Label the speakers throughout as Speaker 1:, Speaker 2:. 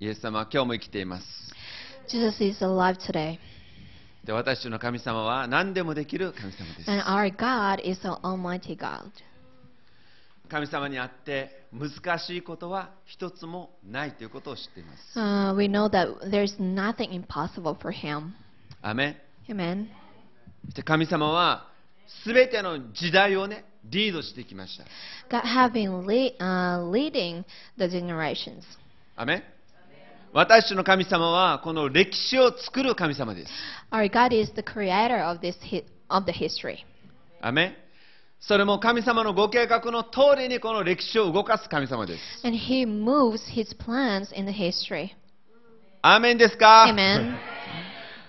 Speaker 1: イエス様は今日も生きています。
Speaker 2: Jesus is alive today.
Speaker 1: で私たちの神様は何でもできる神様です。
Speaker 2: And our God is an almighty God.
Speaker 1: 神様にあって難しいことは一つもないということを知っています。
Speaker 2: Uh, we know that there's nothing impossible for Him.
Speaker 1: アーメン
Speaker 2: Amen.
Speaker 1: そして神様は全ての時代をね、リードしてきました。
Speaker 2: God have been le- uh, leading the generations.
Speaker 1: アーメン私たちの神様はこの歴史を作る神様です。
Speaker 2: Our God is the creator of this hi- of the history.
Speaker 1: アーメンそれも神様のご計画の通りにこの歴史を動かす神様です。
Speaker 2: And He moves His plans in the history.
Speaker 1: アーメンですか
Speaker 2: Amen.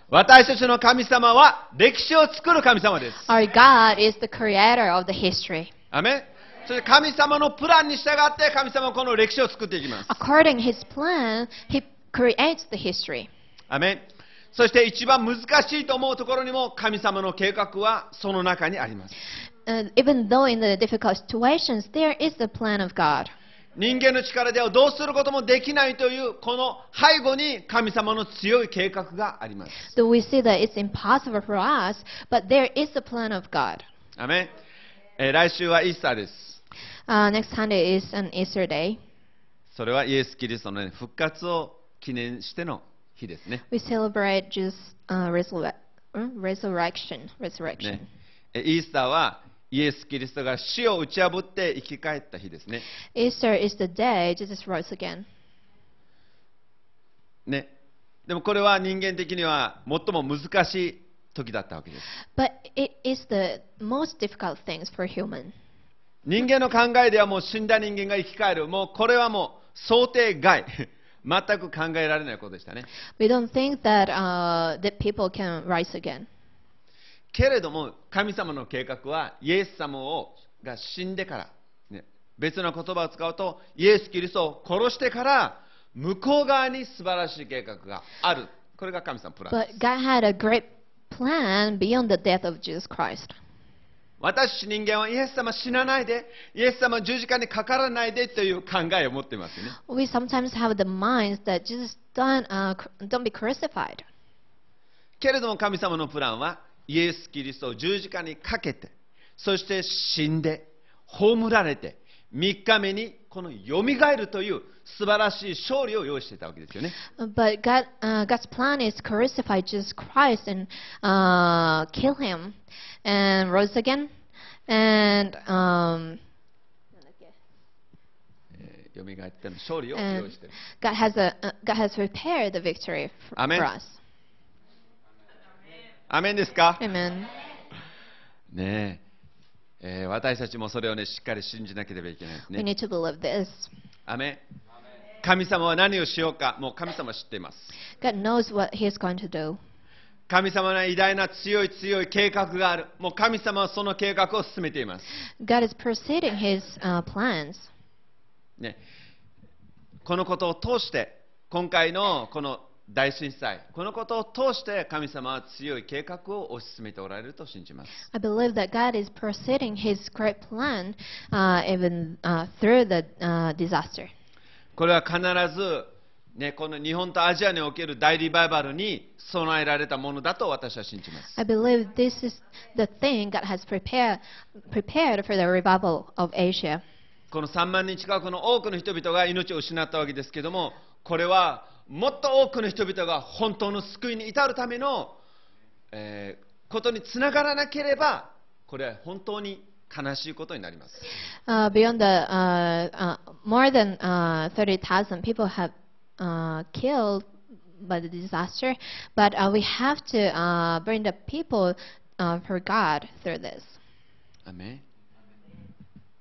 Speaker 1: 私たちの神様は歴史を作る神様です。
Speaker 2: Our God is the creator of the history.
Speaker 1: アーメンそして神様のプランに従って神様はこの歴史を作っていきます。
Speaker 2: According His plan, He creates the history.
Speaker 1: アーメンそして一番難しいと思うところにも神様の計画はその中にあります。
Speaker 2: Uh, even though in the difficult situations, there is the plan of God.
Speaker 1: 人間の力ではどうすることもできないというこの背後に神様の強い計画があります。
Speaker 2: So we see that it's impossible for us, but there is the plan of God.
Speaker 1: アーメンえー来週はイースターです。
Speaker 2: Uh, next Sunday is an Easter day.
Speaker 1: それはイエス・キリストのね復活を記念しての日ですね。
Speaker 2: We celebrate Jesus' uh, resurre- uh, resurrection. Resurrection.
Speaker 1: ねえイースターはイエス・キリストが死を打ち破って生き返った日ですね。
Speaker 2: Easter is the day Jesus rose again.
Speaker 1: ねでもこれは人間的には最も難しい時だったわけです。
Speaker 2: But it is the most difficult things for human.
Speaker 1: 人間の考えではもう死んだ人間が生き返る、もうこれはもう想定外、 全く考えられないことでしたね。
Speaker 2: We don't think that uh, that people can rise again.
Speaker 1: けれども、神様の計画はイエス様をが死んでから、ね、別の言葉を使うと、イエス・キリストを殺してから、向こう側に素晴らしい計画がある。これが神様のプラン
Speaker 2: But
Speaker 1: です。
Speaker 2: God had a great plan beyond the death of Jesus Christ.
Speaker 1: 私人間はイエス様死なないで、イエス様十字架にかからないでという考えを持っていますよね。
Speaker 2: We sometimes have the minds that Jesus don't uh, cr- don't be crucified.
Speaker 1: けれども神様のプランはイエス・キリストを十字架にかけてそして死んで葬られて3日目にこのよみがえるという素晴らしい勝利を用意していたわけですよね
Speaker 2: But God, uh, God's plan is crucify Jesus Christ and uh, kill him, and rose again, and um,
Speaker 1: えーよみがえっての勝利を用意
Speaker 2: and
Speaker 1: している
Speaker 2: God has a uh, God has prepared the victory for,
Speaker 1: Amen.
Speaker 2: for us.
Speaker 1: アメンですか
Speaker 2: Amen.
Speaker 1: ねええー私たちもそれをねしっかり信じなければいけないです
Speaker 2: We
Speaker 1: ね
Speaker 2: need to believe this.
Speaker 1: アメン神様は何をしようかもう神様は知っています
Speaker 2: God knows what He is going to do.
Speaker 1: 神様の偉大な強い強い計画があるもう神様はその計画を進めています
Speaker 2: God is proceeding His uh, plans.
Speaker 1: ね、このことを通して、今回のこの大震災、このことを通して神様は強い計画を推し進めておられると信じます。
Speaker 2: I believe that God is proceeding His great plan uh, even uh, through the uh, disaster.
Speaker 1: これは必ず、ね、この日本とアジアにおける大リバイバルに備えられたものだと私は信じます。
Speaker 2: I believe this is the thing God has prepared prepared for the revival of Asia.
Speaker 1: この3万人近くの多くの人々が命を失ったわけですけども、これはもっと多くの人々が本当の救いに至るための、えーことにつながらなければ、これは本当に悲しいことになります。
Speaker 2: Uh, beyond the uh, uh, more than uh, 30,000 people have uh, killed by the disaster, but uh, we have to uh, bring the people uh, for God through this.
Speaker 1: アメン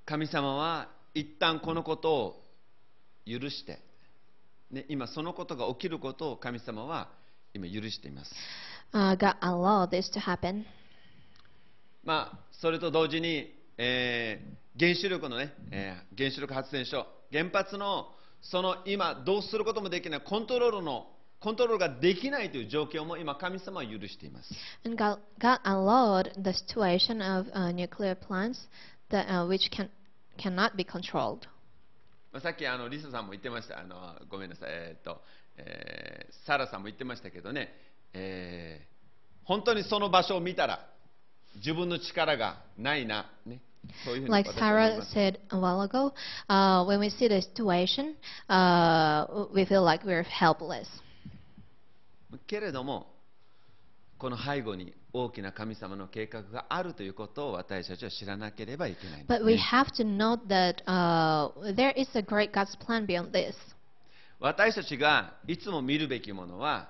Speaker 1: 神様は一旦このことを許して、ね、今そのことが起きることを神様は今許しています、
Speaker 2: Uh, God allowed this to happen.
Speaker 1: まあ、それと同時に、えー原子力のね、えー原子力発電所原発のその今どうすることもできないコントロールのコントロールができないという状況も今神様は許しています
Speaker 2: And God, God allowed the situation of uh, nuclear plants that uh, which can cannot be controlled.
Speaker 1: まあ、さっきあのリサさんも言ってましたあのごめんなさい、えーっとえーサラさんも言ってましたけどね、えー本当にその場所を見たら自分の力がないな、ね、そういうふうに
Speaker 2: Like
Speaker 1: 私は思い
Speaker 2: Sarah
Speaker 1: ます
Speaker 2: said a while ago, uh, when we see the situation, uh, we feel like we're helpless.
Speaker 1: けれどもこの背後に大きな神様の計画があるということを私たちは知らなければいけないんです
Speaker 2: But we
Speaker 1: ね
Speaker 2: have to note that uh, there is a great God's plan beyond this.
Speaker 1: 私たちがいつも見るべきものは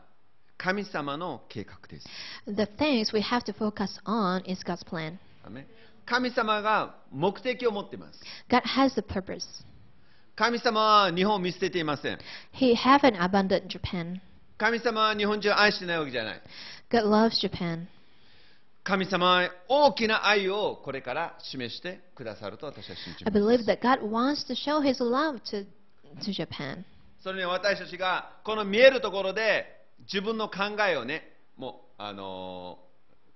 Speaker 1: 神様の計画です
Speaker 2: The things we have to focus on is God's plan.
Speaker 1: アメン神様が目的を持っています
Speaker 2: God has a purpose.
Speaker 1: 神様は日本を見捨てていません
Speaker 2: He haven't abandoned Japan.
Speaker 1: 神様は日本人を愛してないわけじゃない
Speaker 2: God loves Japan.
Speaker 1: 神様は大きな愛をこれから示してくださると私は信じ
Speaker 2: I
Speaker 1: ます
Speaker 2: believe that God wants to show His love to to Japan.
Speaker 1: それに私たちがこの見えるところで自分の考えをねもうあの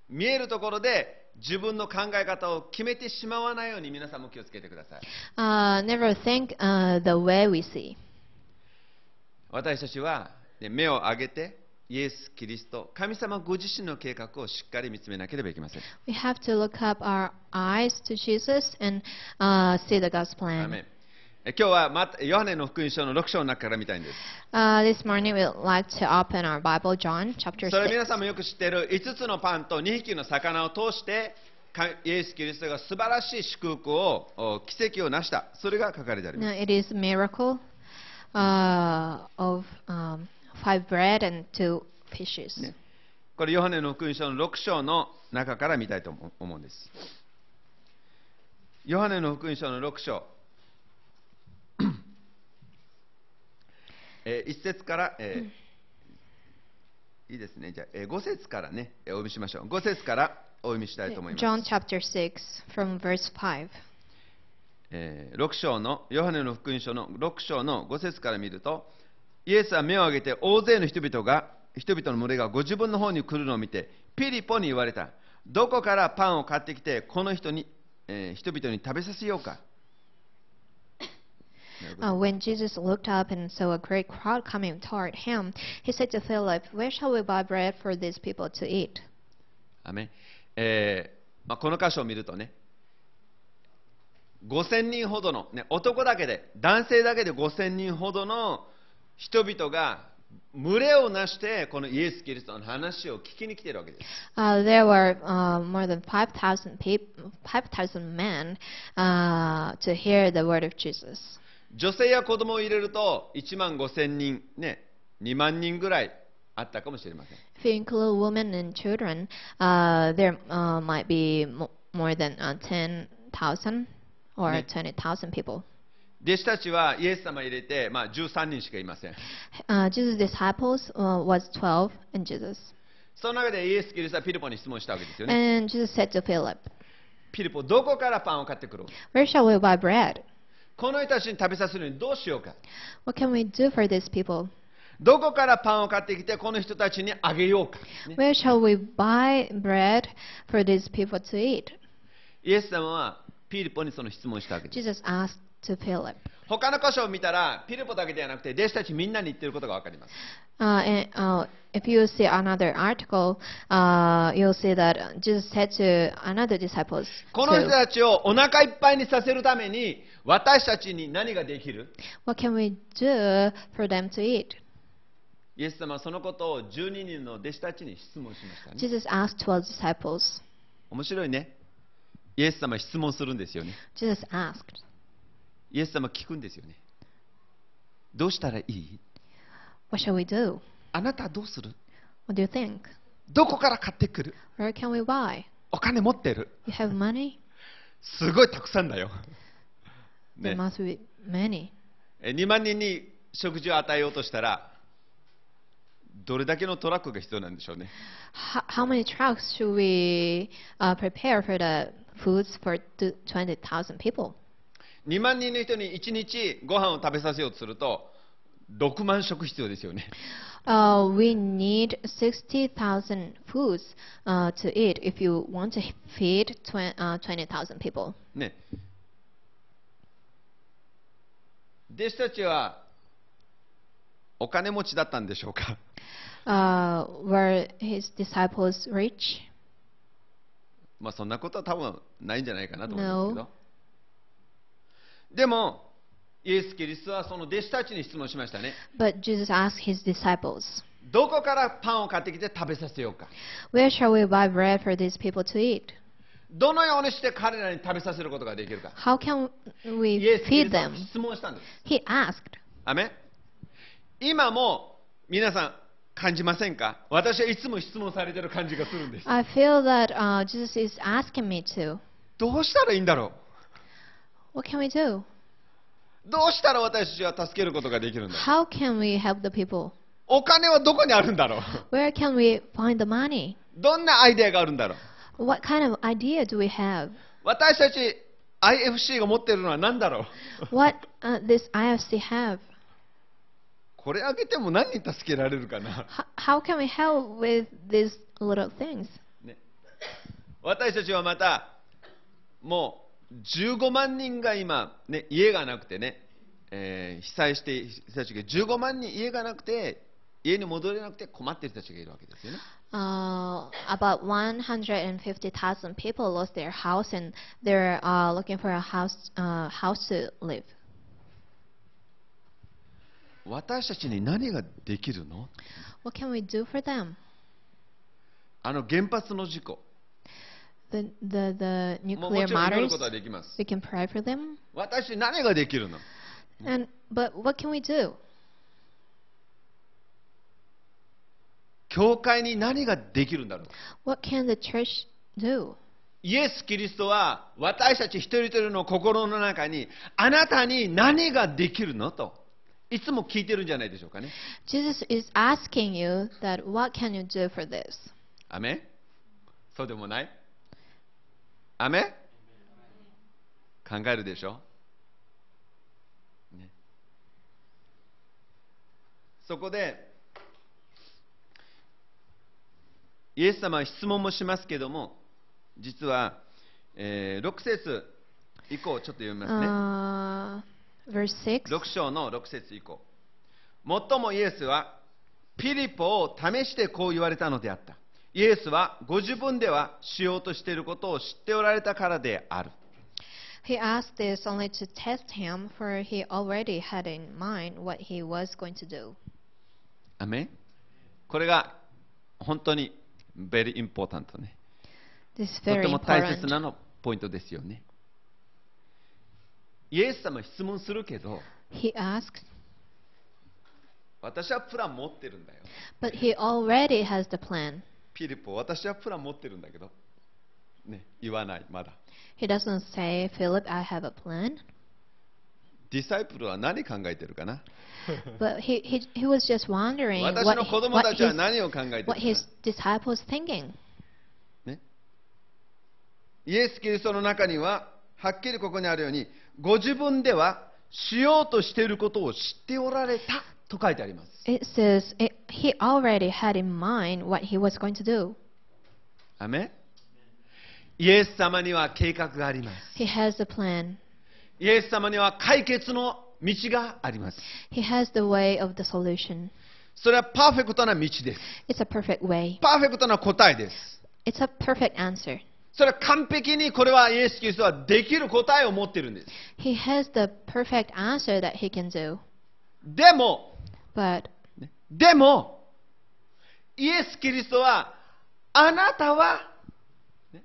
Speaker 1: ー見えるところで自分の考え方を決めてしまわないように皆さんも気をつけてください
Speaker 2: Uh, never think uh, the way we see.
Speaker 1: 私たちは、ね目を上げてイエス・キリスト神様ご自身の計画をしっかり見つめなければいけません
Speaker 2: We have to look up our eyes to Jesus and uh, see the God's
Speaker 1: アー
Speaker 2: plan.
Speaker 1: メンえ今日はまたヨハネの福音書の6章の中から見たいんです
Speaker 2: Uh, this morning we'd like to open our Bible, John chapter
Speaker 1: それ
Speaker 2: 6.
Speaker 1: 皆さんもよく知っている5つのパンと2匹の魚を通してかイエス・キリストが素晴らしい祝福をお奇跡を成したそれが書かれてあり
Speaker 2: Now
Speaker 1: ます、
Speaker 2: it is a miracle uh, of um, five bread and two fishes.
Speaker 1: これヨハネの福音書の6章の中から見たいと思う思うんですヨハネの福音書の6章え1節から、えーいいですねじゃあ、え5節からねえお読みしましょう5節からお読みしたいと思います
Speaker 2: John chapter 6 from verse 5.
Speaker 1: えー6章のヨハネの福音書の6章の5節から見るとイエスは目を上げて大勢の人々が人々の群れがご自分の方に来るのを見てピリポに言われたどこからパンを買ってきてこの人に、えー人々に食べさせようか
Speaker 2: Uh, when Jesus looked up and saw a great crowd coming toward him, he said to Philip, Where shall we buy bread for these people to eat?
Speaker 1: アメンえーまあ、この箇所を見るとね5000人ほどの、ね、男だけで男性だけで5000人ほどの人々が群れをなしてこのイエス・キリストの話を聞きに来ているわけです
Speaker 2: Uh, there were uh, more than 5,000 peop- 5,000 men uh, to hear the word of Jesus.
Speaker 1: 女性や子供を入れると1万5000人、ね、2万人ぐらいあったかもしれません
Speaker 2: If you include women and children, uh, there uh, might be mo- more than uh, 10,000 or
Speaker 1: Ne.
Speaker 2: 20,000 people.
Speaker 1: 弟子たちはイエス様入れて、まあ、13人しかいません
Speaker 2: Uh, Jesus' disciples uh, was 12 and Jesus.
Speaker 1: その中でイエス・キリストはピリポに質問したわけですよね
Speaker 2: And Jesus said to Philip,
Speaker 1: ピリポどこからパンを買ってくる
Speaker 2: Where shall we buy bread?
Speaker 1: この人たちに食べさせるのにどうしようか
Speaker 2: What can we do for these people?
Speaker 1: どこからパンを買ってきてこの人たちにあげようか、ね
Speaker 2: Where shall we buy bread for these people to eat?
Speaker 1: イエス様はピリポにその質問したわけです
Speaker 2: Jesus asked to Philip.
Speaker 1: 他の箇所を見たらピリポだけではなくて弟子たちみんなに言ってることが分かります
Speaker 2: Uh, and, uh, if you see another article, uh, you'll see that Jesus said to another disciples,
Speaker 1: この人
Speaker 2: too,
Speaker 1: たちをお腹いっぱいにさせるために私たちに何ができる
Speaker 2: "What can we do for them to eat?"
Speaker 1: イエス様はそのことを12人の弟子たちに質問しましたね
Speaker 2: Jesus asked twelve disciples.
Speaker 1: 面白いねイエス様は質問するんですよね
Speaker 2: Jesus asked,
Speaker 1: イエス様は聞くんですよねどうしたらいい
Speaker 2: "What shall we do?
Speaker 1: あなたはどうする
Speaker 2: What do you think?
Speaker 1: どこから買ってくる
Speaker 2: Where can we buy?
Speaker 1: お金持ってる
Speaker 2: You have money?
Speaker 1: すごいたくさんだよ、ね、
Speaker 2: There must be many."
Speaker 1: 2万人に食事を与えようとしたらどれだけのトラックが必要なんでしょうね
Speaker 2: How, how many trucks should we uh, prepare for the foods for t- 20,000 people?
Speaker 1: 2万人の人に1日ご飯を食べさせようとすると6万食必要ですよね
Speaker 2: Uh, we need 60,000 foods uh, to eat if you want to feed twen- uh, 20,000 people.
Speaker 1: ね弟子たちはお金持ちだったんでしょうか
Speaker 2: Uh, were his disciples rich?
Speaker 1: まあそんなことは多分ないんじゃないかなと思いますけど、でもイエス・キリストはその弟子たちに質問しましたね
Speaker 2: But Jesus asked his disciples,
Speaker 1: どこからパンを買ってきて食べさせようか
Speaker 2: Where shall we buy bread for these people to eat?
Speaker 1: どのようにして彼らに食べさせることができるか
Speaker 2: How can
Speaker 1: イエ
Speaker 2: we
Speaker 1: ス・キリ
Speaker 2: feed
Speaker 1: ストは
Speaker 2: them?
Speaker 1: 質問したんです
Speaker 2: He asked.
Speaker 1: アメン今も皆さん感じませんか私はいつも質問されてる感じがするんです
Speaker 2: I feel that uh, Jesus is asking me to.
Speaker 1: どうしたらいいんだろ
Speaker 2: What can we do?
Speaker 1: うどうしたら私たちは助けることができるんだろう
Speaker 2: How can we help the people?
Speaker 1: お金はどこにあるんだろう
Speaker 2: Where can we find the money?
Speaker 1: どんなアイデアがあるんだろう
Speaker 2: What kind of idea do we have?
Speaker 1: 私たち IFC が持っているのは何だろう
Speaker 2: What uh, this IFC have?
Speaker 1: これあげても何に助けられるかな、
Speaker 2: H- how can we help with these little things?
Speaker 1: ね、私たちはまたもう15万人が今、ね、家がなくてね、えー被災して被災地が15万人家がなくて家に戻れなくて困っている人たちがいるわけですよね
Speaker 2: Uh, about 150,000 people lost their house and they're uh, looking for a house uh, house to live.
Speaker 1: 私たちに何ができるの
Speaker 2: What can we do for them?
Speaker 1: あの原発の事故
Speaker 2: The the, the
Speaker 1: もうも
Speaker 2: nuclear
Speaker 1: ちろん祈るこ
Speaker 2: matters.
Speaker 1: とはできます
Speaker 2: We can pray for them.
Speaker 1: 私たち何ができるの
Speaker 2: And but what can we do?
Speaker 1: 教会に何ができるんだろう
Speaker 2: What can the church do?
Speaker 1: イエス・キリストは私たち一人一人の心の中にあなたに何ができるのといつも聞いてるんじゃないでしょうかね。
Speaker 2: Jesus is asking you that what can you do for this?
Speaker 1: アメンそうでもないアメン考えるでしょ、ねそこでイエス様は質問もしますけども実は、えー6節以降ちょっと読みますね。
Speaker 2: Uh, verse 6.
Speaker 1: 6章の6節以降もっともイエスはピリポを試してこう言われたのであったイエスはご自分ではしようとしていることを知っておられたからである
Speaker 2: He asked this only to test him, for he already had in mind what he was going to do.
Speaker 1: アメンこれが本当に very important ね
Speaker 2: This is
Speaker 1: とて
Speaker 2: very
Speaker 1: も大切
Speaker 2: important.
Speaker 1: なのポイントですよねイエス様質問するけど
Speaker 2: He asks,
Speaker 1: 私はプラン持ってるんだよ
Speaker 2: but he already has the plan.
Speaker 1: ピリポ私はプラン持ってるんだけどね言わないまだ
Speaker 2: He doesn't say, Philip, I have a plan.
Speaker 1: ディサイプルは何考えてるかな
Speaker 2: But he, he, he was just wondering
Speaker 1: 私
Speaker 2: what,
Speaker 1: の
Speaker 2: he-
Speaker 1: 子供
Speaker 2: what
Speaker 1: たちは
Speaker 2: his,
Speaker 1: 何を考えてるか
Speaker 2: what his disciples thinking.
Speaker 1: ね、イエス・キリストの中にははっきりここにあるようにご自分ではしようとしていることを知っておられたと書いてあります
Speaker 2: It says it, he already had in mind what he was going to do.
Speaker 1: アメンイエス様には計画があります
Speaker 2: He has the plan.
Speaker 1: イエス様には解決の道があります
Speaker 2: He has the way of the solution.
Speaker 1: それはパーフェクトな道です
Speaker 2: It's a perfect way.
Speaker 1: パーフェクトな答えです
Speaker 2: It's a perfect answer.
Speaker 1: それは完璧にこれはイエス・キリストはできる答えを持っているんです
Speaker 2: He has the perfect answer that he can do.
Speaker 1: でも
Speaker 2: But
Speaker 1: ねでも、イエス・キリストは、あなたは、ね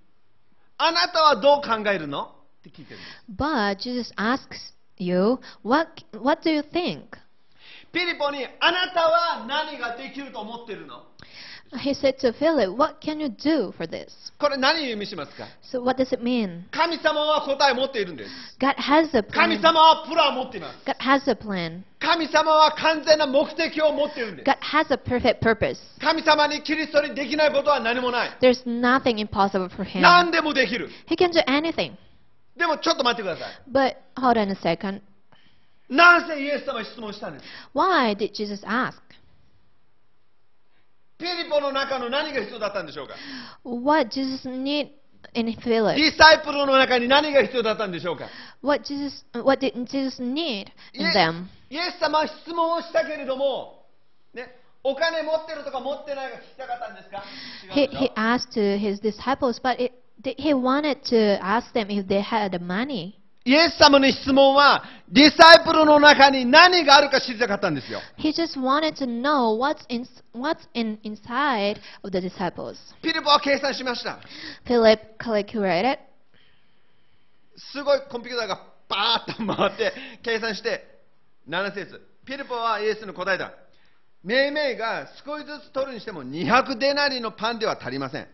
Speaker 1: あなたはどう考えるのって聞いてるんです。
Speaker 2: but Jesus asks you, what what do you think?
Speaker 1: ピリポに、あなたは何ができると思ってるの
Speaker 2: He said to Philip, what can you do for this?
Speaker 1: これ何を意味しますか
Speaker 2: So what does it mean?
Speaker 1: 神様は答えを持っているんです。
Speaker 2: God has a
Speaker 1: 神
Speaker 2: plan.
Speaker 1: 様はプランを持っています。
Speaker 2: God has a plan.
Speaker 1: 神様は完全な目的を持っているんです。
Speaker 2: God has a perfect purpose.
Speaker 1: 神様にキリストにできないことは何もない。
Speaker 2: There's nothing impossible for him.
Speaker 1: 何でもできる。
Speaker 2: He can do anything.
Speaker 1: でもちょっと待ってください。
Speaker 2: But hold on a second.
Speaker 1: なぜイエス様は質問したんです
Speaker 2: Why did Jesus ask?
Speaker 1: ピリポの中の何が必要だったんでしょうか
Speaker 2: What Jesus need in Philip.
Speaker 1: ディサイプルの中に何が必要だったんでしょうか
Speaker 2: What Jesus, what did Jesus need
Speaker 1: イ
Speaker 2: in
Speaker 1: エ
Speaker 2: them?
Speaker 1: イエス様は質問をしたけれども、ね、お金持ってるとか持ってないが聞きたかったんですか
Speaker 2: He,
Speaker 1: 違うでし
Speaker 2: he
Speaker 1: ょ
Speaker 2: asked to his disciples, but it, th- he wanted to ask them if they had the money.
Speaker 1: イエス様の質問は、ディサイプルの中に何があるか知りたかったんですよ。
Speaker 2: He just wanted to know what's in, what's in inside of the disciples.
Speaker 1: ピリポは計算しました。
Speaker 2: Philip calculated.
Speaker 1: すごいコンピューターがバーッと回って計算して7節ピルポはイエスの答えだ命名が少しずつ取るにしても200デナリのパンでは足りません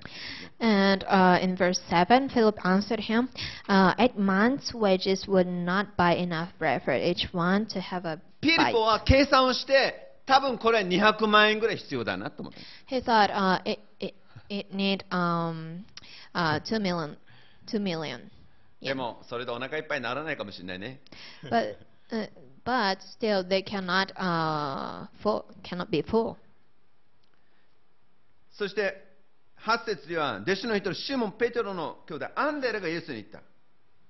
Speaker 2: And uh, in verse 7, Philip answered him, uh, Eight months' wages would not buy enough bread for each one to have a
Speaker 1: ピルポ
Speaker 2: bite.
Speaker 1: は計算をして多分これは200万円ぐらい必要だなと思った
Speaker 2: He thought uh, it, it, it need um, uh, 2 million. 2 million.
Speaker 1: でもそれでお腹いっぱいにならないかもしれないね
Speaker 2: But, uh, but still, they cannot, uh, full, cannot be full.
Speaker 1: そして8節では弟子の一人シモン・ペテロの兄弟アンデレがイエスに言った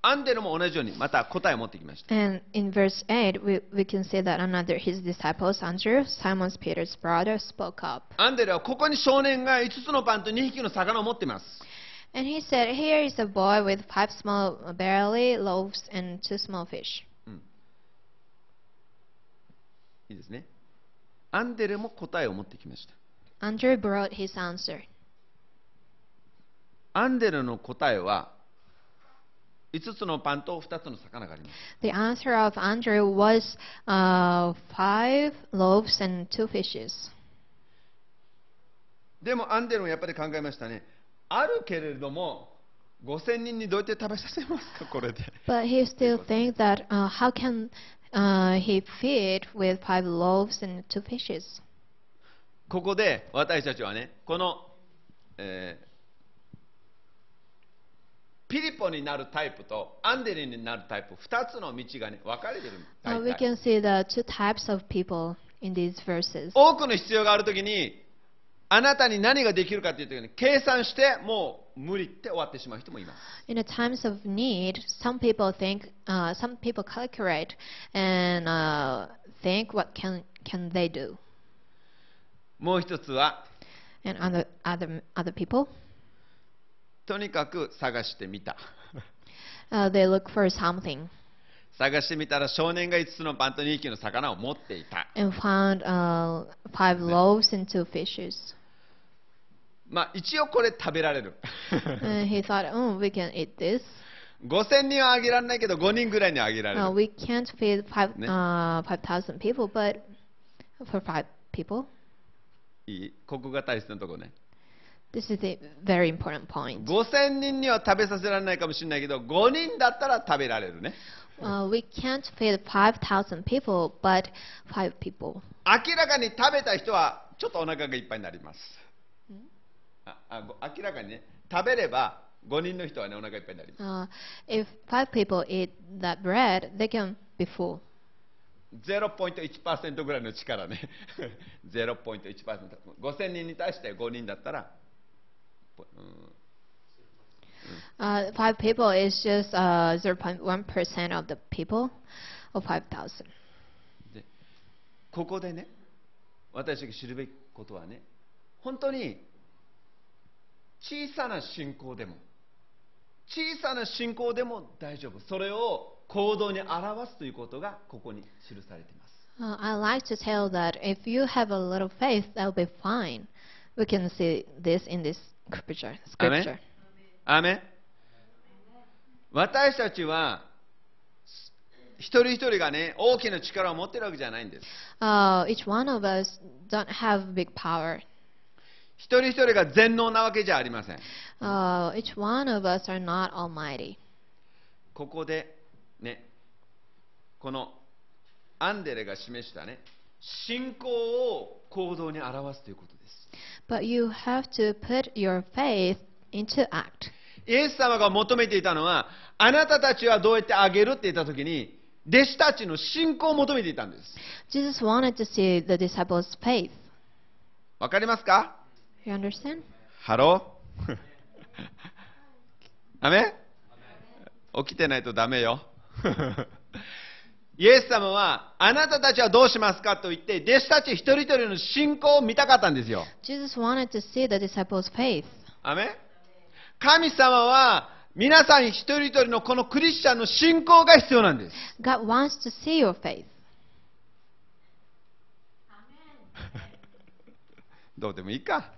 Speaker 1: アンデレも同じようにまた答えを持ってきました
Speaker 2: And in verse 8, we, we can see that another his disciples, Andrew, Simon Peter's brother, spoke up.
Speaker 1: アンデレはここに少年が5つのパンと2匹の魚を持っています
Speaker 2: And he said, Here is a boy with five small barley loaves and two small fish.
Speaker 1: いいですね。アンデレも答えを持ってきました。
Speaker 2: Andrew brought his answer.
Speaker 1: アンデレの答えは、5つのパンと2つの魚があります。
Speaker 2: The answer of Andrew was uh, five loaves and two fishes.
Speaker 1: でもアンデレもやっぱり考えましたね。あるけれども、5000人にどうやって食べさせますか、 これで。
Speaker 2: But he still thinks that uh, how can uh, he feed with five loaves and two fishes?
Speaker 1: ここで私たちはね、この、えーピリポになるタイプとアンデレになるタイプ、2つの道がね、分かれてる。大
Speaker 2: Uh, we
Speaker 1: 体
Speaker 2: can see the two types of people in these verses.
Speaker 1: 多くの必要があるときにあなたに何ができるかっていうときに計算してもう無理って終わってしまう人もいます
Speaker 2: In the times of need, some people think, uh, some people calculate and uh, think what can can they do,
Speaker 1: もう一つは
Speaker 2: and other other other people,
Speaker 1: とにかく探してみ た
Speaker 2: uh, they look for something
Speaker 1: 探してみたら少年が5つのパンと2匹の魚を持っていた
Speaker 2: and found uh, five loaves and two fishes.
Speaker 1: まあ一応これ食べられる
Speaker 2: and he thought, oh, we can eat this.
Speaker 1: 5000人はあげられないけど5人ぐらいにはあげられ
Speaker 2: Uh,
Speaker 1: る
Speaker 2: we can't feed five
Speaker 1: Ne?
Speaker 2: uh, five thousand people, but for five people,
Speaker 1: いいここが大切なとこね
Speaker 2: this is a very important point.
Speaker 1: 5000人には食べさせられないかもしれないけど5人だったら食べられるね
Speaker 2: Uh, we can't feed 5,000 people, but five people.
Speaker 1: 明らかに食べた人はちょっとお腹がいっぱいになりますああご明らかにね食べれば5人の人はねお腹いっぱいになります
Speaker 2: Uh, if five people eat that bread, they can be full.
Speaker 1: 0.1%ぐらいの力ね 0.1%5000 人に対して5人だったら、ぽうん
Speaker 2: Uh, five people is just uh, 0.1% of the people of 5,000.
Speaker 1: でここでね私たちが知るべきことはね本当に小さな信仰でも小さな信仰でも大丈夫それを行動に表すということがここに記されています
Speaker 2: Uh, I like to tell that if you have a little faith, that will be fine. We can see this in this scripture.
Speaker 1: Amen.
Speaker 2: scripture.
Speaker 1: アーメン私たちはす一人一人がね大きな力を持ってるわけじゃないんです
Speaker 2: Uh, each one of us don't have big power.
Speaker 1: 一人一人が全能なわけじゃありません
Speaker 2: Uh, each one of us are not almighty.
Speaker 1: ここでねこのアンデレが示したね信仰を行動に表すということです
Speaker 2: But you have to put your faith into act.
Speaker 1: イエス様が求めていたのはあなたたちはどうやってあげるって言った時に弟子たちの信仰を求めていたんです
Speaker 2: Jesus wanted to see the disciples' faith.
Speaker 1: わかりますか
Speaker 2: You understand?
Speaker 1: ハローアメン起きてないとダメよ。 イエス様は、あなたたちはどうしますかと言って、弟子たち一人一人の信仰を見たかったんですよ。
Speaker 2: Jesus wantedと see the disciples' faith.
Speaker 1: アメン神様は、皆さん一人一人のこのクリスチャンの信仰が必要なんです。
Speaker 2: God wants to see your faith.
Speaker 1: どうでもいいか。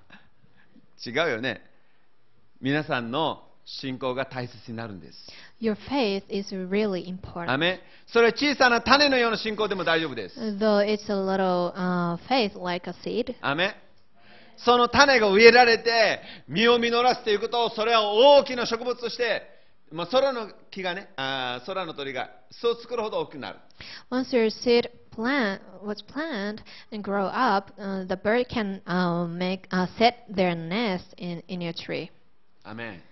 Speaker 1: 違うよね。皆さんの信仰が大切になるんです。
Speaker 2: Your faith is really
Speaker 1: ア
Speaker 2: important.
Speaker 1: メンそれは小さな種のような信仰でも大丈夫です。
Speaker 2: Though it's a little uh, faith like a seed,
Speaker 1: アメンその種が植えられて実を実らすということをそれは大きな植物として、まあ、空の木がねあー空の鳥がそう作るほど大きくなる
Speaker 2: once your seed plant was planted and grow up, uh, the bird can uh, make uh, set their nest in, in your tree.
Speaker 1: アメン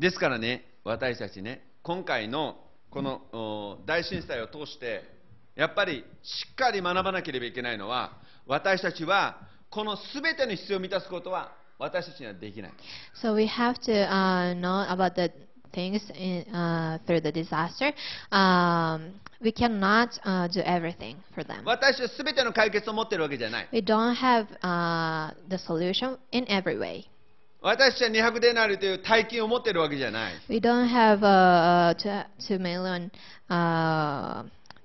Speaker 1: ですからね私たちね今回のこの、お大震災を通してやっぱりしっかり学ばなければいけないのは私たちはこの全ての必要を満たすことは私たちにはできない
Speaker 2: So we have to uh, know about the things in, uh, through the disaster. Um, we cannot uh, do everything for them.
Speaker 1: 私たちは全ての解決を持ってるわけじゃない
Speaker 2: We don't have uh, the solution in every way.
Speaker 1: 私たちは200デナリという大金を持ってるわけじゃない
Speaker 2: We don't have uh, two, two million uh,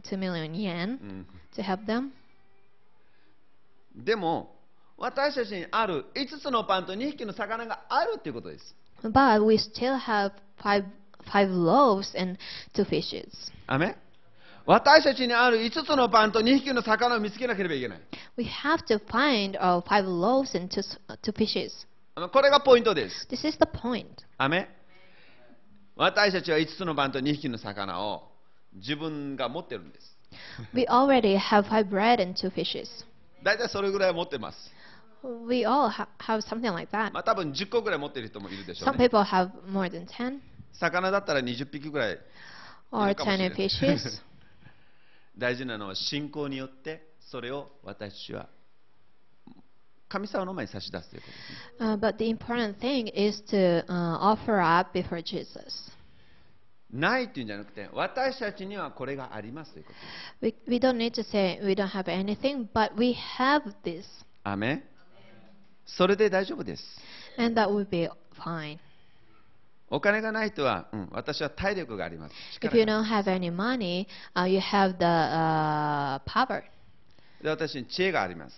Speaker 2: two million
Speaker 1: う
Speaker 2: yen
Speaker 1: ん、
Speaker 2: to help them.
Speaker 1: でも私たちにある5つのパンと2匹の魚があるということです
Speaker 2: But we still have five five loaves and two fishes.
Speaker 1: アメン私たちにある5つのパンと2匹の魚を見つけなければいけない
Speaker 2: We have to find our five loaves and two s- uh, two fishes.
Speaker 1: あのこれがポイントです
Speaker 2: This is the point.
Speaker 1: アメン私たちは5つのパンと2匹の魚を自分が持ってるんです
Speaker 2: We already have five bread and two fishes.
Speaker 1: 大体それぐらいは持ってます
Speaker 2: We all ha- have something like that.
Speaker 1: まあ多分10個ぐらい持ってる人もいるでしょ
Speaker 2: Some
Speaker 1: うね
Speaker 2: people have more than 10
Speaker 1: 魚だったら20匹ぐらい
Speaker 2: or
Speaker 1: いるかもしれ
Speaker 2: 20
Speaker 1: ない
Speaker 2: fishes.
Speaker 1: 大事なのは信仰によってそれを私たちは神様の前に差し出すということですね
Speaker 2: Uh, but the important thing is to uh, offer up before Jesus.
Speaker 1: ないっていうんじゃなくて私たちにはこれがありますということ
Speaker 2: We, we don't need to say we don't have anything, but we have this,
Speaker 1: アメンそれで大丈夫です
Speaker 2: and that will be fine.
Speaker 1: お金がない人は、うん、私は体力があります
Speaker 2: If
Speaker 1: 力
Speaker 2: you
Speaker 1: があ
Speaker 2: don't have any money, uh, you have the uh, power
Speaker 1: るで私に知恵があります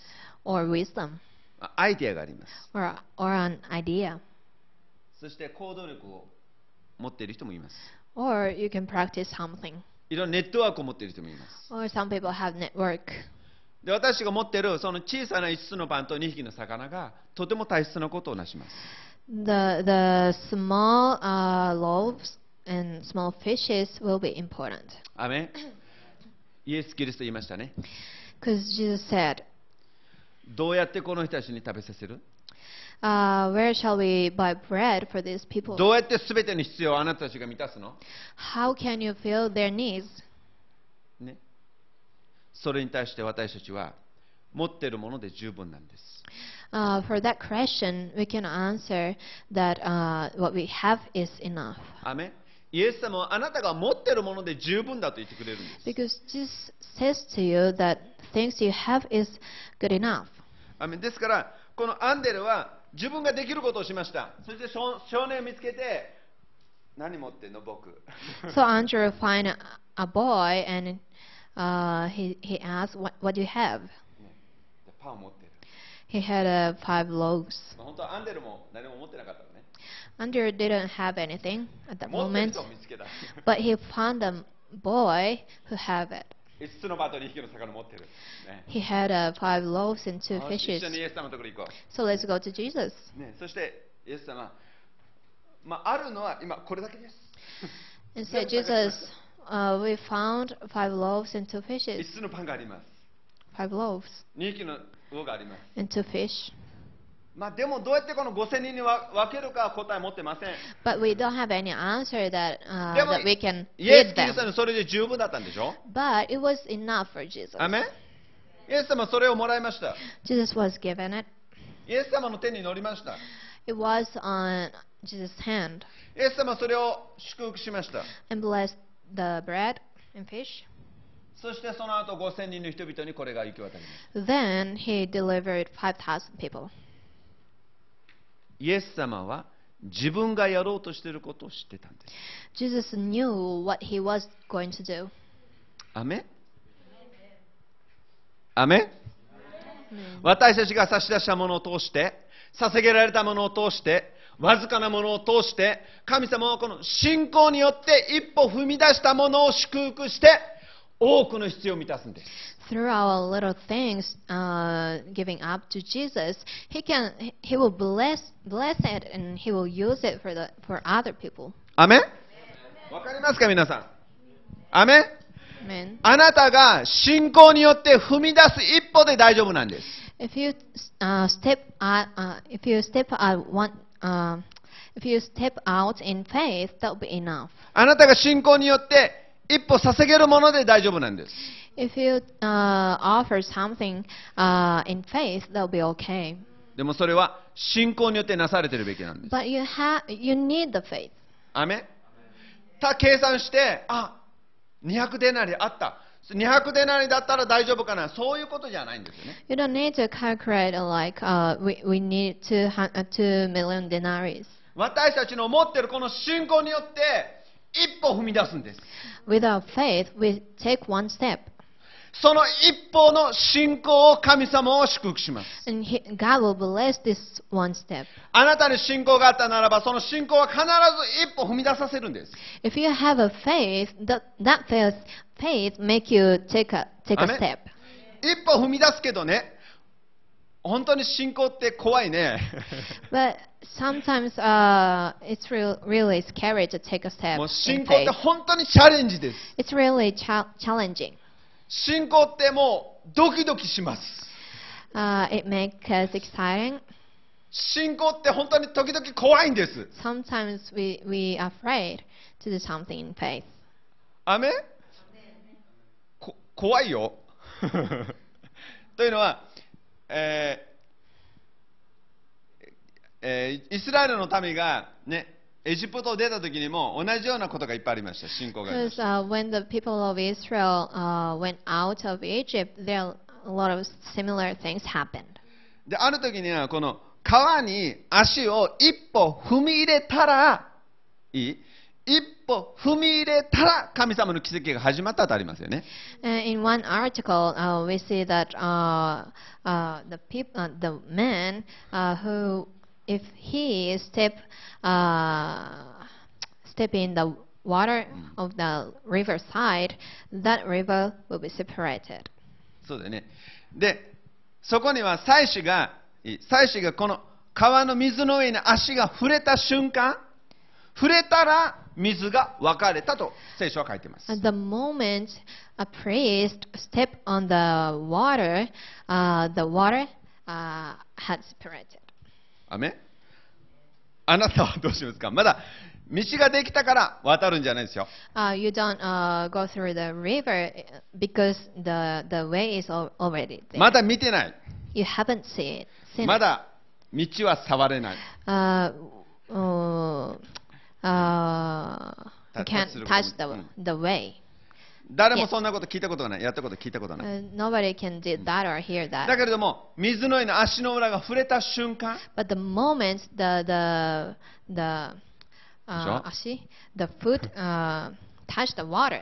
Speaker 2: or wisdom
Speaker 1: あアイデアがあります
Speaker 2: or, or an idea,
Speaker 1: そして行動力を持っている人もいます
Speaker 2: or you can practice something.
Speaker 1: いろんなネットワークを持っている人もいます
Speaker 2: Or some people have network.
Speaker 1: で私が持っているその小さな5つのパンと2匹の魚がとても大切なことをなします
Speaker 2: The the small uh, loaves and small fishes will be important
Speaker 1: アメンイエス・キリスト言いましたね
Speaker 2: because Jesus said,
Speaker 1: どうやってこの人たちに食べさせる
Speaker 2: uh, "Where shall we buy bread for these people?
Speaker 1: どうやって全ての必要をあなたたちが満たすの
Speaker 2: How can you fill their needs?"
Speaker 1: ね、それに対して私たちは持っているもので十分なんです。
Speaker 2: Uh, for that question, we can answer that uh, what we have is enough
Speaker 1: アメンイエス様はあなたが持っているもので十分だと言ってくれるんです。
Speaker 2: because Jesus says to you that things you have is good enough.
Speaker 1: アメンですから、このアンデルは自分ができることをしました。そして少少年を見つけて、何持ってんの僕 Hmm.
Speaker 2: So Andrew find a, a boy and uh, he he asked, "What what do you have?"
Speaker 1: でパンを持ってる。
Speaker 2: He had uh, five loaves.
Speaker 1: まあ本当はアンデルも何も持ってなかったのね。
Speaker 2: Andrew didn't have anything at that
Speaker 1: 持ってる
Speaker 2: moment,
Speaker 1: 人を見つけた。
Speaker 2: but he found a boy who have it.
Speaker 1: 5つのバート2匹の魚持ってる。ね
Speaker 2: He had uh, five loaves and two
Speaker 1: よし
Speaker 2: fishes.
Speaker 1: 一緒にイエス様のところ行こう。
Speaker 2: So let's go to Jesus.
Speaker 1: ね、そして、イエス様、まあ、あるのは今これだけです。
Speaker 2: And so Jesus, uh, we found five loaves and two fishes.
Speaker 1: 5つのパンがあります。
Speaker 2: Five loaves
Speaker 1: 2匹の魚があります。
Speaker 2: and two fish.
Speaker 1: まあ、でも、どうやってこの5000人にわ分けるかは答え持ってません。
Speaker 2: But we don't have any answer that uh,
Speaker 1: でも
Speaker 2: that we can
Speaker 1: イエス・
Speaker 2: feed
Speaker 1: キリス
Speaker 2: them.
Speaker 1: トにそれで十分だったんでしょ
Speaker 2: But it was enough for Jesus.
Speaker 1: アメンイエス様はそれをもらいました。
Speaker 2: Jesus was given it.
Speaker 1: イエス様の手に乗りました。
Speaker 2: It was on Jesus' hand
Speaker 1: イエス様はそれを祝福しました
Speaker 2: and blessed the bread and fish.
Speaker 1: そしてその後5000人の人々にこれが行き渡ります
Speaker 2: Then he delivered 5,000 people.
Speaker 1: イエス様は自分がやろうとしていることを知ってたんです
Speaker 2: Jesus knew what he was going to do.
Speaker 1: アメンアメン私たちが差し出したものを通して捧げられたものを通してわずかなものを通して神様はこの信仰によって一歩踏み出したものを祝福して多くの必要を満たすんです
Speaker 2: Through our little things, uh, giving up to Jesus, he can, he will bless, bless it, and he will use it for the for other people.
Speaker 1: アメンわかりますか皆さんアメン
Speaker 2: Amen.
Speaker 1: あなたが信仰によって踏み出す一歩で大丈夫なんです
Speaker 2: If you uh, step out, uh, if you step out one, um, if you step out in faith, that'll be enough.
Speaker 1: あなたが信仰によって一歩捧げるもので大丈夫なんです。
Speaker 2: If you uh, offer something uh, in faith, that'll be okay.
Speaker 1: でもそれは信仰によってなされてるべきなんです。
Speaker 2: But you have, you need the faith.
Speaker 1: アメンた計算して、あ200デナリあった。200デナリだったら大丈夫かな。そういうことじゃないんですよね。
Speaker 2: You don't need to calculate uh, like uh, we, we need two, hun- uh, two million denaries.
Speaker 1: 私たちの持ってるこの信仰によって一歩踏み出すんです。
Speaker 2: Without faith, we take one step,
Speaker 1: その一歩の信仰を神様を祝福します。
Speaker 2: and he, God will bless this one step.
Speaker 1: あなたに信仰があったならば、その信仰は必ず一歩踏み出させるんです。
Speaker 2: If you have a faith, that, that faith, faith make you take a, take
Speaker 1: Amen.
Speaker 2: a step.
Speaker 1: 一歩踏み出すけどね、本当に信仰って怖いね。
Speaker 2: But sometimes uh, it's real, really scary to take a step
Speaker 1: もう信
Speaker 2: in
Speaker 1: 仰って
Speaker 2: faith.
Speaker 1: 本当にチャレンジです。
Speaker 2: It's really chal challenging.
Speaker 1: 信仰ってもうドキドキします。
Speaker 2: Uh, it makes us exciting.
Speaker 1: 信仰って本当に時々怖いんです。
Speaker 2: Sometimes we, we are afraid to do something in faith.
Speaker 1: アメンこ怖いよ。 というのは、えーえーイスラエルの民が、ね、エジプトを出た時にも同じようなことがいっぱいありました、信仰がありまし
Speaker 2: Because
Speaker 1: た。
Speaker 2: uh, when the people of Israel uh, went out of Egypt, there are a lot of similar things happened.
Speaker 1: である時にはこの川に足を一歩踏み入れたらいい一歩踏み入れたら神様の奇跡が始まったとありますよね
Speaker 2: Uh, in one article, uh, we see that uh, uh, the peop- uh, the man uh, who, if he step uh, step in the water of the riverside, that river will be separated.
Speaker 1: そうだよねでそこには祭司がいい祭司がこの川の水の上に足が触れた瞬間触れたら水が分かれたと聖書は書いてます
Speaker 2: At the moment a priest stepped on the water, uh, the water uh, had separated.
Speaker 1: アメンあなたはどうしますかまだ道ができたから渡るんじゃないですよ
Speaker 2: Uh, you don't uh, go through the river uh, because the the way is al- already there.
Speaker 1: まだ見てない
Speaker 2: You haven't seen it. Seen
Speaker 1: ま
Speaker 2: it.
Speaker 1: だ道は触れない。
Speaker 2: Uh, uh, uh, you
Speaker 1: Touch-
Speaker 2: can't
Speaker 1: touch the
Speaker 2: touch the
Speaker 1: woman.
Speaker 2: the way.
Speaker 1: 誰もそんなこと聞いたことがない。やったこと聞いたことがない。
Speaker 2: Uh, nobody can do that or hear
Speaker 1: だ
Speaker 2: that.
Speaker 1: けれども、水の上の足の裏が触れた瞬間、
Speaker 2: But the moment the the the uh,
Speaker 1: Job.
Speaker 2: ashi, the foot uh, touched the water,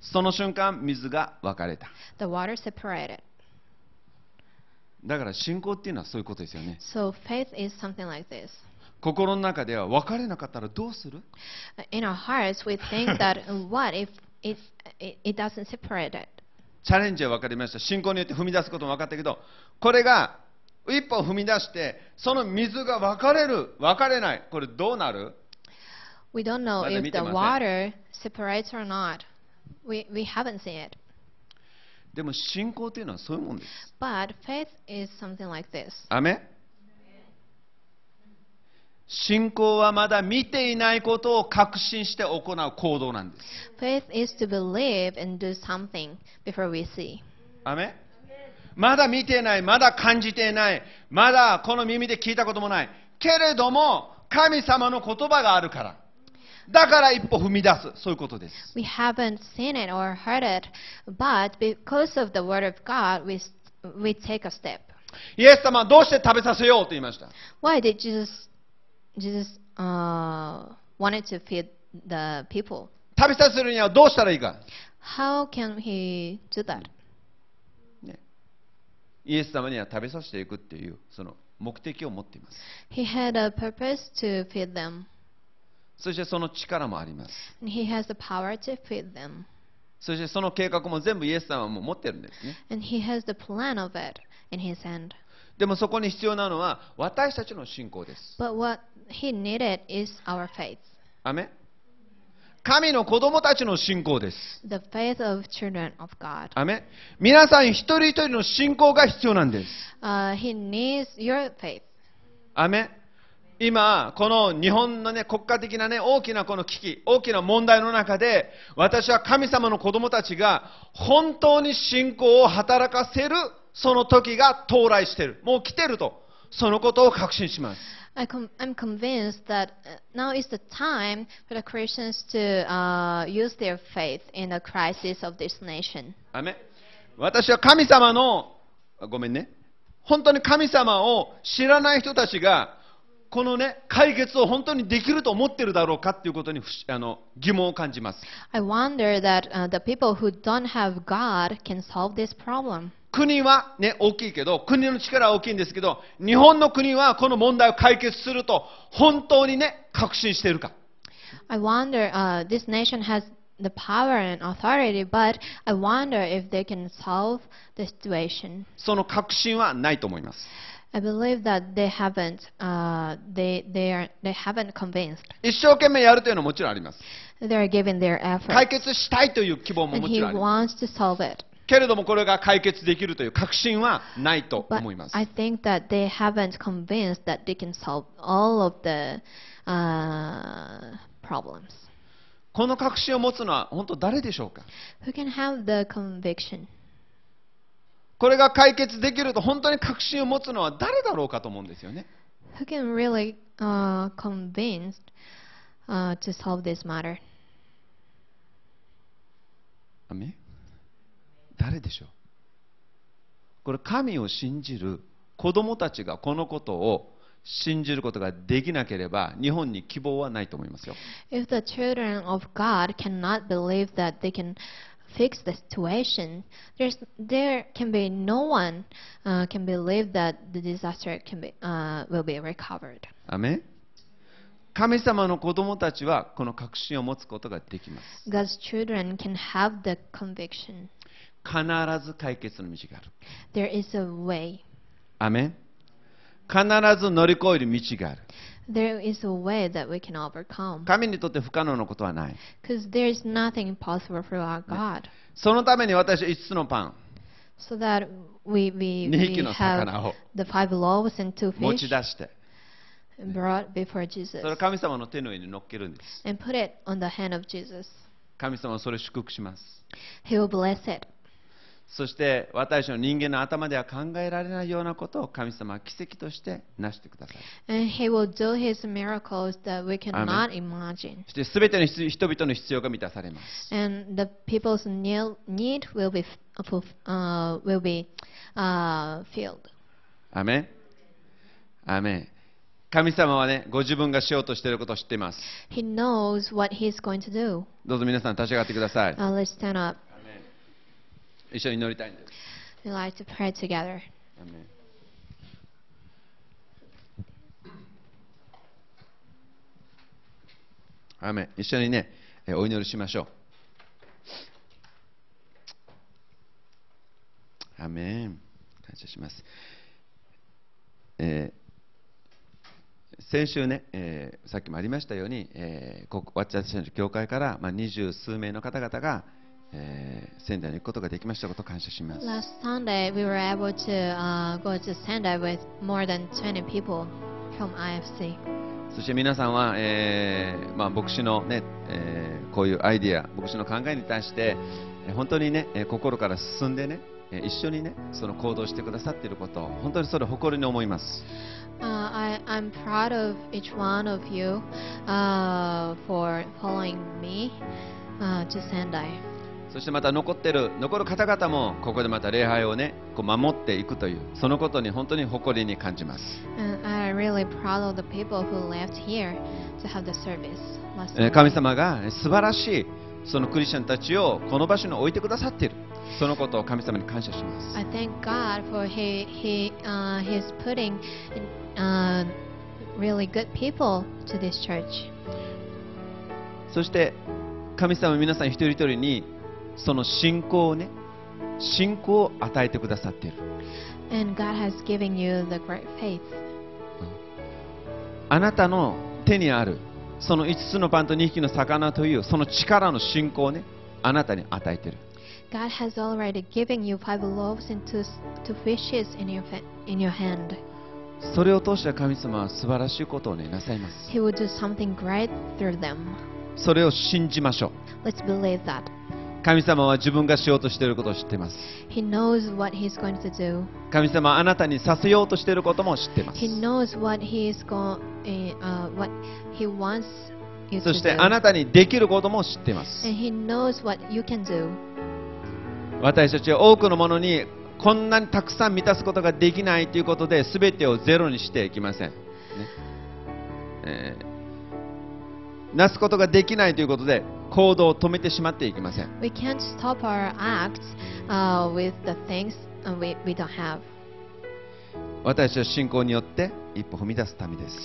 Speaker 1: その瞬間、水が分かれた。
Speaker 2: the water separated.
Speaker 1: だから信仰っていうのはそういうことですよね。
Speaker 2: So faith is something like this.
Speaker 1: 心の中では分かれなかったらどうする
Speaker 2: Uh, In our hearts, we think that uh, what if it it, it doesn't separate it?
Speaker 1: チャレンジは分かりました。信仰によって踏み出すことも分かったけど、これが一歩踏み出して、その水が分かれる、分かれない。これどうなる
Speaker 2: We don't know
Speaker 1: まだ
Speaker 2: if
Speaker 1: 見て
Speaker 2: the
Speaker 1: ません。
Speaker 2: water separates or not. We, we haven't seen it.
Speaker 1: でも信仰っていうのはそういうもんです。
Speaker 2: But faith is something like this.
Speaker 1: アメン信仰はまだ見ていないことを確信して行う行動なんです。
Speaker 2: Faith is to believe and do something before we see.
Speaker 1: アメンまだ見ていない、まだ感じていない、まだこの耳で聞いたこともない。けれども、神様の言葉があるから。だから一歩踏み出す。そういうことです。
Speaker 2: We haven't seen it or heard it, but because of the word of God, we, s- we take a step.
Speaker 1: イエス様はどうして食べさせようと言いました。
Speaker 2: Why did Jesus, Jesus uh, wanted to feed the people?
Speaker 1: 食べさせるにはどうしたらいいか。
Speaker 2: How can he do that?
Speaker 1: ね、イエス様には食べさせていくっていう、その目的を持っています。
Speaker 2: He had a purpose to feed them,
Speaker 1: そしてその力もあります。
Speaker 2: and he has the power to feed them,
Speaker 1: そしてその計画も全部イエス様はもう持ってるんですね。
Speaker 2: and he has the plan of it in his hand.
Speaker 1: でもそこに必要なのは私たちの信仰です。
Speaker 2: But what he needed is our faith,
Speaker 1: アメン神の子供たちの信仰です。
Speaker 2: the faith of children of God.
Speaker 1: アメン皆さん一人一人の信仰が必要なんです。
Speaker 2: Uh, he needs your faith.
Speaker 1: アメン今、この日本の、ね、国家的な、ね、大きなこの危機、大きな問題の中で、私は神様の子供たちが本当に信仰を働かせる、その時が到来している。もう来てると。そのことを確信します。
Speaker 2: I com- I'm convinced that uh, now is the time for the Christians to uh, use their faith in the crisis of this nation.
Speaker 1: アメン私は神様のあごめんね本当に神様を知らない人たちがこのね解決を本当にできると思ってるだろうかっていうことに不思あの疑問を感じます
Speaker 2: I wonder that uh, the people who don't have God can solve this problem.
Speaker 1: 国はね大きいけど国の力は大きいんですけど日本の国はこの問題を解決すると本当にね確信しているか
Speaker 2: I wonder uh, this nation has the power and authority, but I wonder if they can solve the situation.
Speaker 1: その確信はないと思います
Speaker 2: I believe that they haven't. Uh, they they are they haven't convinced.
Speaker 1: 一生懸命やるというのはもちろんあります
Speaker 2: They are giving their
Speaker 1: 解
Speaker 2: effort,
Speaker 1: 決したいという希望も
Speaker 2: and
Speaker 1: もち
Speaker 2: he
Speaker 1: ろんあります
Speaker 2: wants to solve it.
Speaker 1: けれどもこれが解決できるという確信はないと
Speaker 2: But
Speaker 1: 思います
Speaker 2: I think that they haven't convinced that they can solve all of the uh, problems.
Speaker 1: この確信を持つのは本当誰でしょうか
Speaker 2: Who can have the conviction?
Speaker 1: これが解決できると本当に確信を持つのは誰だろうかと思うんですよね。
Speaker 2: Who can really uh, convinced uh, to solve this matter?
Speaker 1: アメン誰でしょうこれ神を信じる子供たちがこのことを信じることができなければ日本に希望はないと思いますよ。
Speaker 2: If the children of God cannot believe that they can fix the situation, there's there can be no one uh, can believe that the disaster can be uh, will be recovered.
Speaker 1: アメン神様の子供たちはこの確信を持つことができます。
Speaker 2: God's children can have the conviction.
Speaker 1: 必ず解決の道がある。
Speaker 2: There is a way.
Speaker 1: アメン必ず乗り越える道がある。
Speaker 2: There is a way that we can overcome.
Speaker 1: 神にとって不可能なことはない。
Speaker 2: Because there is nothing impossible for our God.
Speaker 1: そのために私は5つのパン
Speaker 2: So that we, we,
Speaker 1: 2
Speaker 2: we
Speaker 1: 匹の
Speaker 2: have
Speaker 1: 魚を
Speaker 2: the five loaves and two
Speaker 1: 持ち
Speaker 2: fish
Speaker 1: 出して、
Speaker 2: brought before
Speaker 1: そ
Speaker 2: Jesus
Speaker 1: れを神様の手の上に乗っけるんです。
Speaker 2: and put it on the hand of Jesus.
Speaker 1: 神様はそれを祝福します。
Speaker 2: He will bless it.
Speaker 1: そして私の人間の頭では考えられないようなことを神様は奇跡としてなしてください。
Speaker 2: And He will do His miracles that we cannot imagine.
Speaker 1: そして全ての必人々の必要が満たされます。
Speaker 2: And the people's ne- need will be, f- fulf- uh, will be uh, filled.
Speaker 1: アメンアメン神様はね、ご自分がしようとしていることを知っています。
Speaker 2: He knows what He's going to do.
Speaker 1: どうぞ皆さん立ち上がってください。
Speaker 2: Uh, let's stand up.
Speaker 1: 一緒に祈りたいんです。
Speaker 2: We'd like to pray together.
Speaker 1: アメンアメン一緒にね、えーお祈りしましょう。アメン感謝します。えー先週ね、えーさっきもありましたように、えーここ私たちの教会から、まあ、二十数名の方々が、えー仙台に行くことができましたことを感謝します。
Speaker 2: Last Sunday, we were able to uh, go to Sendai with more than 20 people from IFC.
Speaker 1: そして皆さんは、えーまあ、牧師の、ねえーこういうアイディア牧師の考えに対してえー本当に、ね、えー心から進んで、ね、えー一緒に、ね、その行動してくださっていることを本当にそれを誇りに思います。
Speaker 2: Uh, I, I'm proud of each one of you uh, for following me uh, to Sendai.
Speaker 1: そしてまた残ってる残る方々もここでまた礼拝をねこう守っていくというそのことに本当に誇りに感じます、
Speaker 2: And I'm really proud of the people who left here to have the service. last
Speaker 1: えー
Speaker 2: night.
Speaker 1: 神様が素晴らしいそのクリスチャンたちをこの場所に置いてくださっているそのことを神様に感謝します、
Speaker 2: I thank God for he he uh, he's putting uh, really good people to this church.
Speaker 1: そして神様は皆さん一人一人にその信仰をね信仰を与えてくださっている
Speaker 2: And God has given you the great faith.
Speaker 1: あなたの手にあるその5つのパンと2匹の魚というその力の信仰をねあなたに与えている
Speaker 2: God has already given you five loaves and two, s- two fishes in your, fa- in your hand.
Speaker 1: それを通して神様は素晴らしいことをねなさいます
Speaker 2: He will do something great through them.
Speaker 1: それを信じましょう
Speaker 2: Let's believe that.
Speaker 1: 神様は自分がしようとしていることを知っています
Speaker 2: He knows what He's going to do.
Speaker 1: 神様はあなたにさせようとしていることも知っています
Speaker 2: He knows what He is going, uh, what He wants you
Speaker 1: そ
Speaker 2: to
Speaker 1: してあ
Speaker 2: do.
Speaker 1: なたにできることも知っています
Speaker 2: And He knows what you can do.
Speaker 1: 私たちは多くのものにこんなにたくさん満たすことができないということで全てをゼロにしていきません、ねえーなすことができないということで行動を止めてしまっていきません
Speaker 2: We can't stop our acts uh, with the things uh, we, we don't have.
Speaker 1: 私は信仰によって一歩踏み出す民です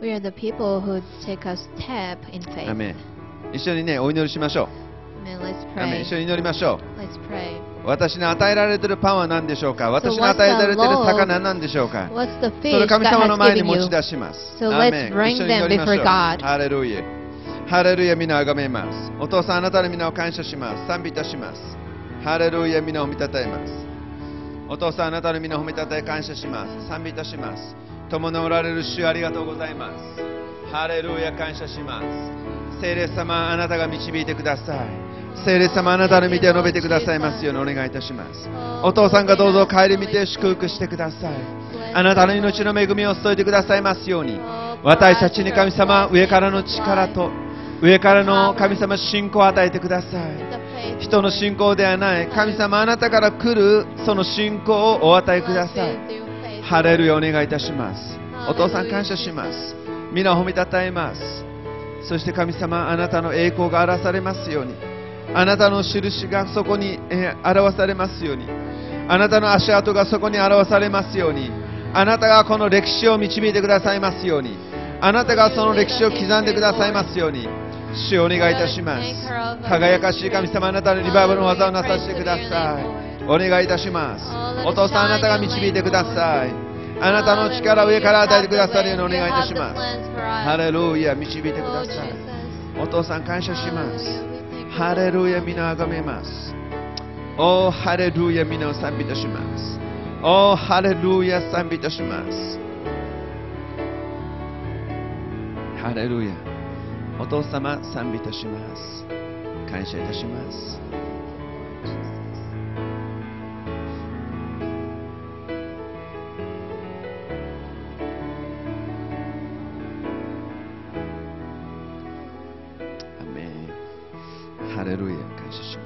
Speaker 2: We are the people who take a step in faith.
Speaker 1: アメン一緒にねお祈りしましょ
Speaker 2: Amen. Let's
Speaker 1: うアメン
Speaker 2: pray.
Speaker 1: 一緒に祈りましょう
Speaker 2: Let's pray.
Speaker 1: 私に与えられているパンは何でしょうか
Speaker 2: what's
Speaker 1: 私
Speaker 2: the
Speaker 1: に与えられている魚は何でしょうか
Speaker 2: What's the
Speaker 1: それを
Speaker 2: fish
Speaker 1: 神
Speaker 2: God
Speaker 1: 様の
Speaker 2: has
Speaker 1: 前に
Speaker 2: given
Speaker 1: 持ち
Speaker 2: you?
Speaker 1: 出します。
Speaker 2: So
Speaker 1: アー
Speaker 2: let's
Speaker 1: メン
Speaker 2: bring
Speaker 1: 一緒に祈りましょう
Speaker 2: them before God.
Speaker 1: ハレルヤ。ハレルヤ、皆をあがめます。お父さん、あなたの皆を感謝します。賛美いたします。ハレルヤ、皆を見たたえます。お父さん、あなたの皆を褒めたたえ感謝します。賛美いたします。共におられる主、ありがとうございます。ハレルヤ、感謝します。聖霊様、あなたが導いてください。聖霊様、あなたの御手を述べてくださいますようにお願いいたします。お父さんがどうぞ帰り見て祝福してください。あなたの命の恵みを注いでくださいますように私たちに神様上からの力と上からの神様信仰を与えてください人の信仰ではない神様あなたから来るその信仰をお与えくださいハレルヤお願いいたしますお父さん感謝します皆を褒めたたえますそして神様あなたの栄光が表されますようにあなたの印がそこに、えー表されますようにあなたの足跡がそこに表されますようにあなたがこの歴史を導いてくださいますようにあなたがその歴史を刻んでくださいますように主をお願いいたします輝かしい神様あなたのリバイバルの技をなさせてくださいお願いいたしますお父さんあなたが導いてくださいあなたの力を上から与えてくださるようにお願いいたしますハレルヤ導いてくださいお父さん感謝しますハレルヤ、皆をあがめます。おー、ハレルヤ、皆を賛美いたします。おー、ハレルヤ、賛美いたします。ハレルヤ。お父様、賛美いたします。感謝いたします。アメンハレルヤ、感謝します。